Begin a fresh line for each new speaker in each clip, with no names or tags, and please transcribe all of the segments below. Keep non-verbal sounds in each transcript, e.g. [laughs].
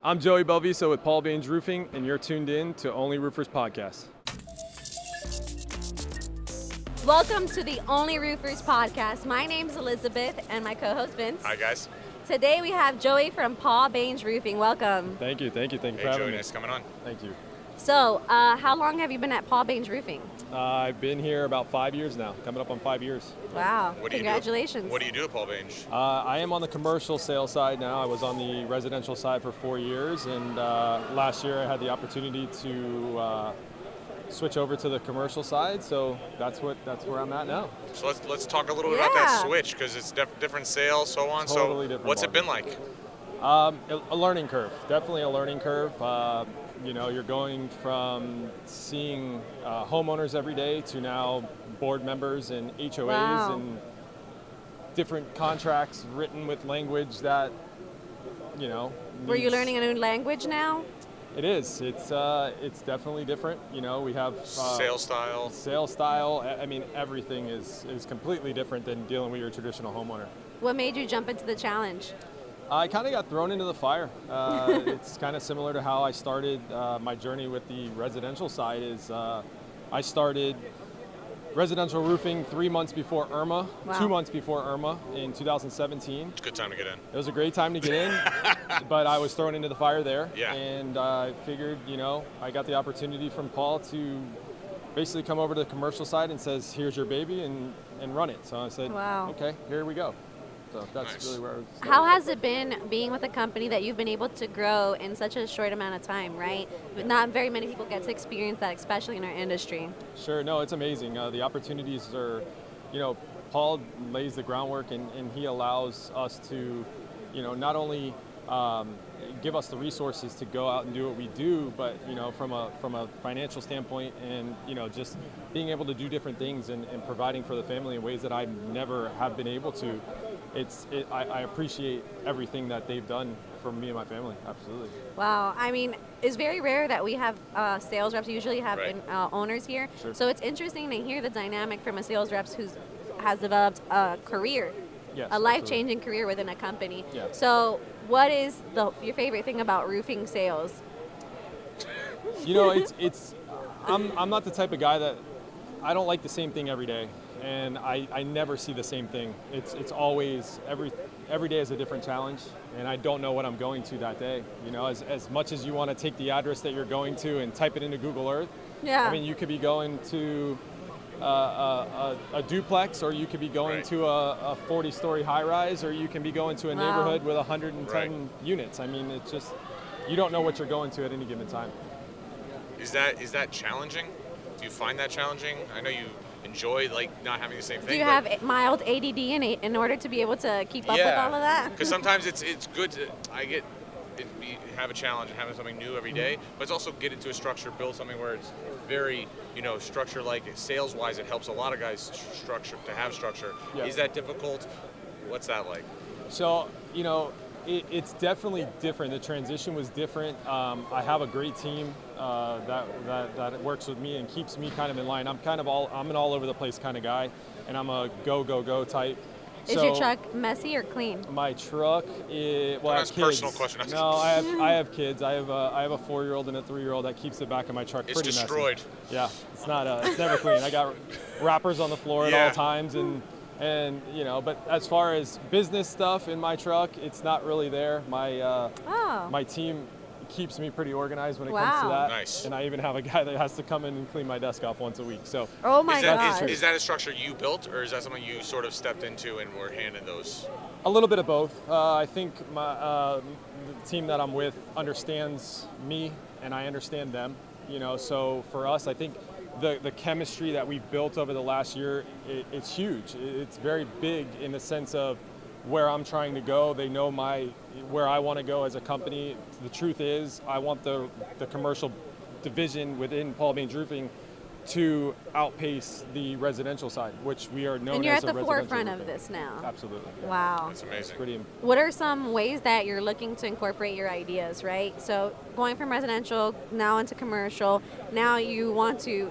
I'm Joey Belviso with Paul Baines Roofing, and you're tuned in to Only Roofers Podcast.
Welcome to the Only Roofers podcast. My name's Elizabeth and my co-host Vince.
Hi guys.
Today we have Joey from Paul Baines Roofing. Welcome.
Thank you, thank you, thank you
Hey
for having
Joey,
me.
nice coming on.
Thank you.
So, uh, how long have you been at Paul Baines Roofing?
Uh, I've been here about five years now, coming up on five years.
Wow!
What do you do?
Congratulations.
What do you do at Paul Bange?
Uh, I am on the commercial sales side now. I was on the residential side for four years, and uh, last year I had the opportunity to uh, switch over to the commercial side. So that's what that's where I'm at now.
So let's let's talk a little bit about that
Yeah.
switch because it's def- different sales, so on.
Totally
so
different
what's it
market.
been like?
Um, a, a learning curve, definitely a learning curve. Uh, you know, you're going from seeing uh, homeowners every day to now board members and HOAs
Wow.
and different contracts written with language that, you know.
Were you
needs-
learning a new language now?
It is. It's uh, it's definitely different. You know, we have uh,
sales style.
sales style. I I mean, everything is is completely different than dealing with your traditional homeowner.
What made you jump into the challenge?
I kind of got thrown into the fire. Uh, it's kind of similar to how I started uh, my journey with the residential side. Is uh, I started residential roofing three months before Irma,
Wow.
two months before Irma in 2017.
It's a good time to get in.
It was a great time to get
[laughs]
in, but I was thrown into the fire there.
Yeah.
And I figured, you know, I got the opportunity from Paul to basically come over to the commercial side and says, "Here's your baby," and and run it. So I said,
Wow.
"Okay, here we go." So that's
Nice.
really where. I was
How has it been being with a company that you've been able to grow in such a short amount of time, right? But Not very many people get to experience that, especially in our industry.
Sure, no, it's amazing. Uh, the opportunities are, you know, Paul lays the groundwork and, and he allows us to, you know, not only um, give us the resources to go out and do what we do, but you know, from a from a financial standpoint and you know, just being able to do different things and, and providing for the family in ways that I never have been able to. It's it, I, I appreciate everything that they've done for me and my family. Absolutely.
Wow, I mean, it's very rare that we have uh, sales reps. We usually have
Right.
in, uh, owners here,
Sure.
so it's interesting to hear the dynamic from a sales reps who's has developed a career,
Yes,
a
absolutely.
life changing career within a company.
Yeah.
So, what is the your favorite thing about roofing sales?
you know, it's it's. I'm I'm not the type of guy that I don't like the same thing every day, and I, I never see the same thing. It's it's always every every day is a different challenge, and I don't know what I'm going to that day. You know, as as much as you want to take the address that you're going to and type it into Google Earth,
Yeah.
I mean, you could be going to. Uh, a, a, a duplex, or you could be going
Right.
to a, a 40-story high-rise, or you can be going to a
Wow.
neighborhood with 110
Right.
units. I mean, it's just you don't know what you're going to at any given time.
Is that is that challenging? Do you find that challenging? I know you enjoy like not having the same thing.
Do you
but-
have a- mild ADD in it in order to be able to keep up with all of that?
Because sometimes it's it's good to I get it, you have a challenge and having something new every day,
Mm-hmm.
but it's also get into a structure, build something where it's very you know structure like sales wise. It helps a lot of guys st- structure to have structure.
Yeah.
Is that difficult? What's that like?
So, you know, it, it's definitely different. The transition was different. Um, I have a great team uh, that, that, that works with me and keeps me kind of in line. I'm kind of all, I'm an all over the place kind of guy, and I'm a go, go, go type.
Is
So-
your truck messy or clean?
my truck is well. I
That's
have
a personal
kids.
question.
No, I have I have kids. I have a I have a four year old and a three year old that keeps the back of my truck
It's
pretty messy.
destroyed.
Yeah, it's not uh it's never clean. I got wrappers on the floor at
Yeah.
all times and and you know. But as far as business stuff in my truck, it's not really there. My uh,
Oh.
my team keeps me pretty organized when it comes to
Wow.
that.
Nice.
And I even have a guy that has to come in and clean my desk off once a week. So.
Oh my
is, that,
God.
is, is that a structure you built, or is that something you sort of stepped into and were handed those?
A little bit of both. Uh, I think my, uh, the team that I'm with understands me, and I understand them. You know, so for us, I think the the chemistry that we've built over the last year, it, it's huge. It- it's very big in the sense of where I'm trying to go. They know my where I want to go as a company. The truth is, I want the the commercial division within Paul Baines Roofing to outpace the residential side, which we are known
And you're
as
at
a
the
residential
forefront of
roofing.
this now.
Absolutely. yeah.
Wow.
That's
It's
amazing.
pretty. im-
What are some ways that you're looking to incorporate your ideas, right? So going from residential now into commercial, now you want to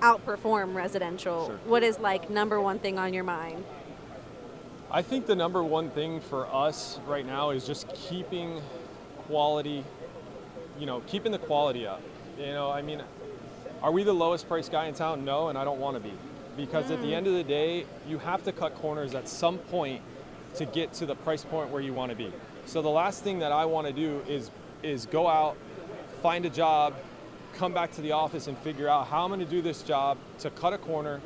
outperform residential.
Sure.
What is like number one thing on your mind?
I think the number one thing for us right now is just keeping quality, you know, keeping the quality up. You know, I mean, are we the lowest priced guy in town? No, and I don't want to be. Because at the end of the day, you have to cut corners at some point to get to the price point where you want to be. So the last thing that I want to do is is go out, find a job, come back to the office and figure out how I'm going to do this job to cut a corner,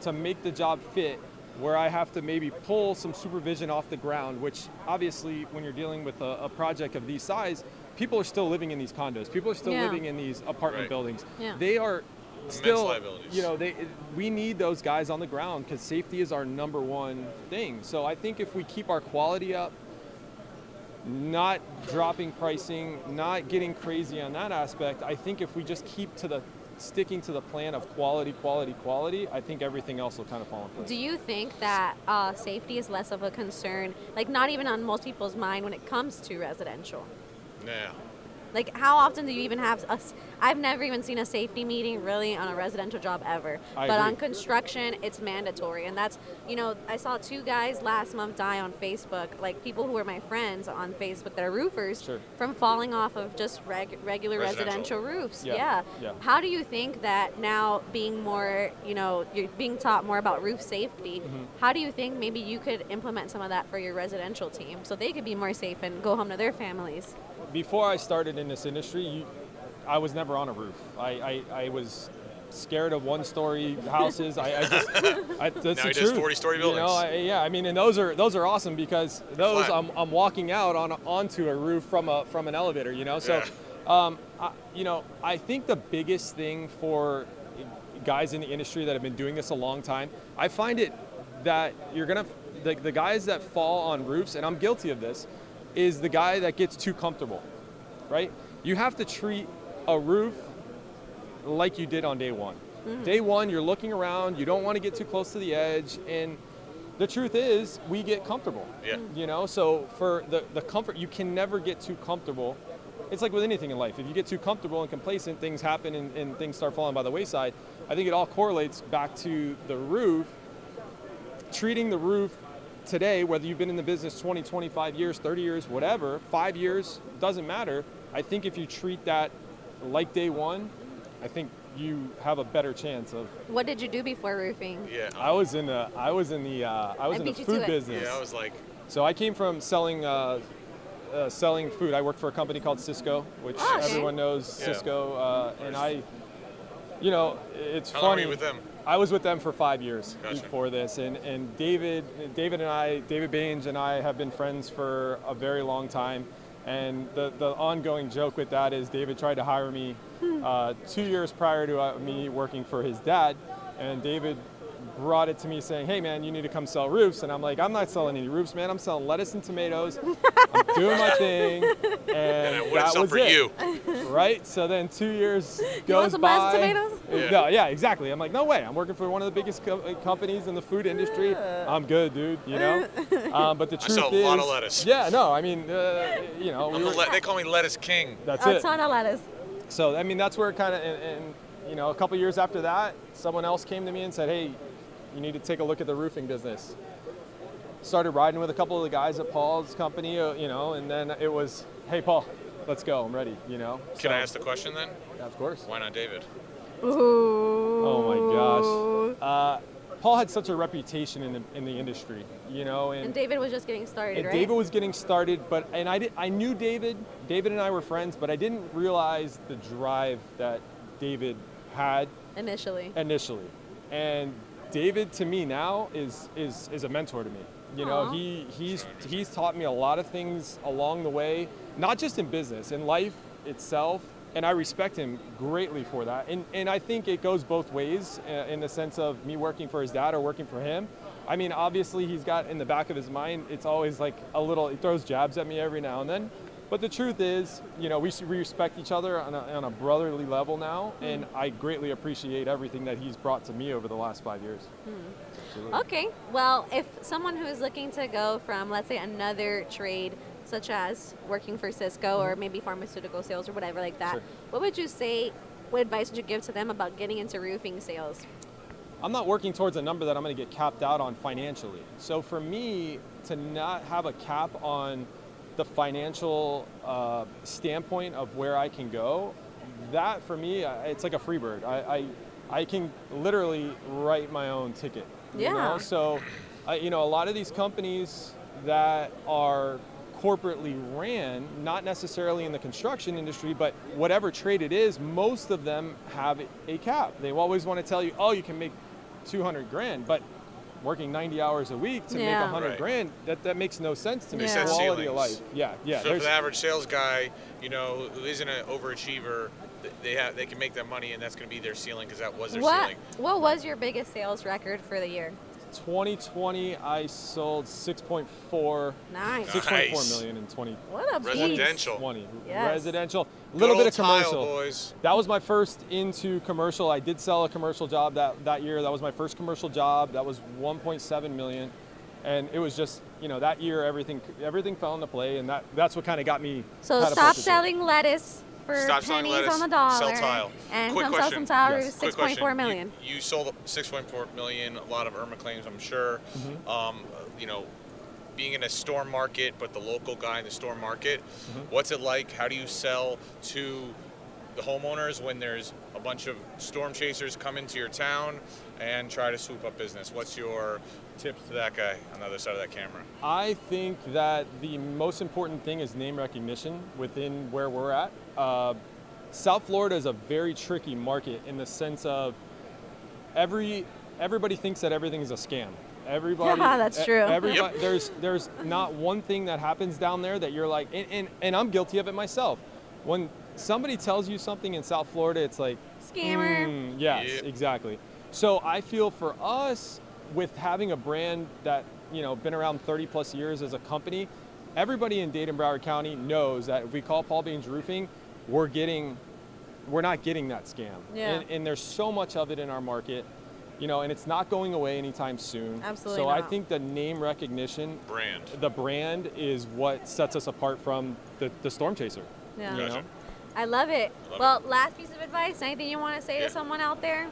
to make the job fit where I have to maybe pull some supervision off the ground, which obviously when you're dealing with a, a project of these size, people are still living in these condos. People are still
Yeah.
living in these apartment
Right.
buildings.
Yeah.
They are still
liabilities.
you know they we need those guys on the ground because safety is our number one thing so i think if we keep our quality up not dropping pricing not getting crazy on that aspect i think if we just keep to the sticking to the plan of quality quality quality i think everything else will kind of fall in place
Do you think that uh, safety is less of a concern, like not even on most people's mind when it comes to residential?
Nah.
Like, how often do you even have us? I've never even seen a safety meeting really on a residential job ever.
I
but
agree.
on construction, it's mandatory. And that's, you know, I saw two guys last month die on Facebook, like people who were my friends on Facebook that are roofers
Sure.
from falling off of just reg- regular residential,
Residential.
roofs.
Yeah, yeah.
How do you think that now being more, you know, you're being taught more about roof safety,
Mm-hmm.
how do you think maybe you could implement some of that for your residential team so they could be more safe and go home to their families?
before I started in this industry, you, I was never on a roof. I, I, I was scared of one-story houses. I, I just I, that's
[laughs] Now
the
he does
truth.
40-story
You know,
buildings.
I, yeah, I mean, and those are those are awesome because those
flat.
I'm, I'm walking out on onto a roof from a from an elevator. You know, so
Yeah.
um, I, you know, I think the biggest thing for guys in the industry that have been doing this a long time, I find it that you're gonna the, the guys that fall on roofs, and I'm guilty of this, is the guy that gets too comfortable, right? You have to treat a roof like you did on day one. Day one, you're looking around, you don't want to get too close to the edge, and the truth is, we get comfortable.
Yeah.
You know, so for the, the comfort, you can never get too comfortable. It's like with anything in life. If you get too comfortable and complacent, things happen and, and things start falling by the wayside. I think it all correlates back to the roof. Treating the roof today, whether you've been in the business 20, 25 years, 30 years, whatever, five years, doesn't matter. I think if you treat that like day one, I think you have a better chance of.
What did you do before roofing?
Yeah. uh,
I was in the I was in the uh, I was
I
in the
beat you to
food
it.
business.
yeah, I was like,
So I came from selling uh, uh, selling food. I worked for a company called Cisco, which
Oh, okay.
everyone knows
Yeah.
Cisco. Uh, and I, you know, it's
How
funny.
long were you with them?
I was with them for five years
Gotcha.
before this, and and David, David and I, David Baines and I have been friends for a very long time. And the, the ongoing joke with that is David tried to hire me uh, two years prior to uh, me working for his dad, and David brought it to me saying, "Hey man, you need to come sell roofs," and I'm like, "I'm not selling any roofs, man. I'm selling lettuce and tomatoes. I'm doing my thing." And,
[laughs] and I wouldn't
that
sell
was
for
it
[laughs]
you.
right? So then two years goes
want some lettuce
by.
tomatoes?
Yeah.
No, yeah, exactly. I'm like, no way. I'm working for one of the biggest co- uh, companies in the food industry. I'm good, dude. You
[laughs]
know. Um, but the truth
sell a
is,
lot of lettuce.
Yeah, no, I mean, uh, you know, we
I'm the
were,
le- they call me Lettuce King.
that's
a
it.
ton of lettuce.
So I mean, that's where it kind of, and, and you know, a couple years after that, someone else came to me and said, "Hey, you need to take a look at the roofing business." Started riding with a couple of the guys at Paul's company, uh, you know, and then it was, "Hey, Paul, let's go. I'm ready." You know.
Can
So-
I ask the question then?
Of course.
Why not David?
Ooh.
Oh my gosh. Uh, Paul had such a reputation in the, in the industry, you know, and,
And David was just getting started,
and
right?
David was getting started, but and I did, I knew David. David and I were friends, but I didn't realize the drive that David had
initially.
initially. And David to me now is is is a mentor to me. You know,
Aw.
he he's he's taught me a lot of things along the way, not just in business, in life itself, and I respect him greatly for that. And and I think it goes both ways uh, in the sense of me working for his dad or working for him. I mean, obviously he's got in the back of his mind, it's always like a little he throws jabs at me every now and then. But the truth is, you know, we should respect each other on a, on a brotherly level now, and I greatly appreciate everything that he's brought to me over the last five years. Absolutely.
Okay. Well, if someone who is looking to go from, let's say, another trade, such as working for Cisco or maybe pharmaceutical sales or whatever like that,
Mm-hmm. Sure.
what would you say? What advice would you give to them about getting into roofing sales?
I'm not working towards a number that I'm going to get capped out on financially. So for me to not have a cap on the financial uh, standpoint of where I can go, that for me, I- it's like a free bird. I, I, I can literally write my own ticket. You
Yeah.
know? So, I, you know, a lot of these companies that are corporately ran, not necessarily in the construction industry, but whatever trade it is, most of them have a cap. They always want to tell you, oh, you can make 200 grand, but working 90 hours a week to make
Yeah.
100
Right.
grand, that, that makes no sense to me.
They set
Quality of
ceilings.
life. Yeah, yeah.
so for
there's-
the average sales guy, you know, who isn't an overachiever, th- they have they can make that money, and that's going to be their ceiling because that was their
What
ceiling.
what was your biggest sales record for the year?
2020, I sold 6.4,
Nice.
6.4
Nice.
million in 2020.
What a beast.
Residential.
Yes.
Residential,
Good
little bit
old
of
tile,
commercial.
boys.
That was my first into commercial. I did sell a commercial job that, that year. That was my first commercial job. That was 1.7 million, and it was just you know that year everything everything fell into play, and that that's what kind of got me.
So
catapulted.
stop selling lettuce for
Stop selling
pennies
lettuce,
on the dollar.
sell tile.
And
Quick
come sell some
question.
tile
Yes.
roofs,
Quick
six
question.
point four
You-
million.
You, sold 6.4 million. A lot of Irma claims, I'm sure.
Mm-hmm.
Um, you know, being in a storm market, but the local guy in the storm market.
Mm-hmm.
What's it like? How do you sell to the homeowners when there's a bunch of storm chasers come into your town and try to swoop up business? What's your tip to that guy on the other side of that camera?
I think that the most important thing is name recognition within where we're at. Uh, South Florida is a very tricky market in the sense of every everybody thinks that everything is a scam. Everybody,
Yeah, [laughs] that's
e-
true.
Everybody,
Yep.
there's there's not one thing that happens down there that you're like, and, and, and I'm guilty of it myself. When somebody tells you something in South Florida, it's like,
Scammer.
Mm, yes,
Yep.
exactly. So I feel for us, with having a brand that you know been around 30 plus years as a company, everybody in Dade and Broward County knows that if we call Paul Baines Roofing, we're getting, we're not getting that scam.
Yeah.
And, and there's so much of it in our market, you know, and it's not going away anytime soon.
Absolutely
So I
not.
think the name recognition,
Brand.
the brand, is what sets us apart from the, the storm chaser.
Yeah.
You
Gotcha.
know?
I love it.
Love
well, last piece of advice, anything you want to say
Yeah.
to someone out there?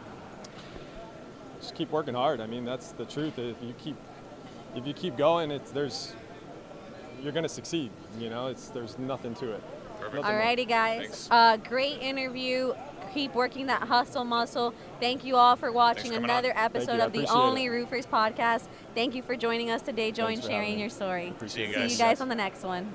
just keep working hard. I mean, that's the truth. If you keep if you keep going, it's there's you're gonna succeed. You know, it's there's nothing to it.
Perfect.
Nothing more.
Alrighty, guys.
Thanks.
Uh, great interview. Keep working that hustle muscle. Thank you all for watching
for coming
another
on.
you.
episode
I
of the
appreciate it.
Only Roofers podcast. Thank you for joining us today, Joe,
Thanks
and
for
sharing
having me.
your story.
Appreciate
See you
it.
See you
guys.
guys on the next one.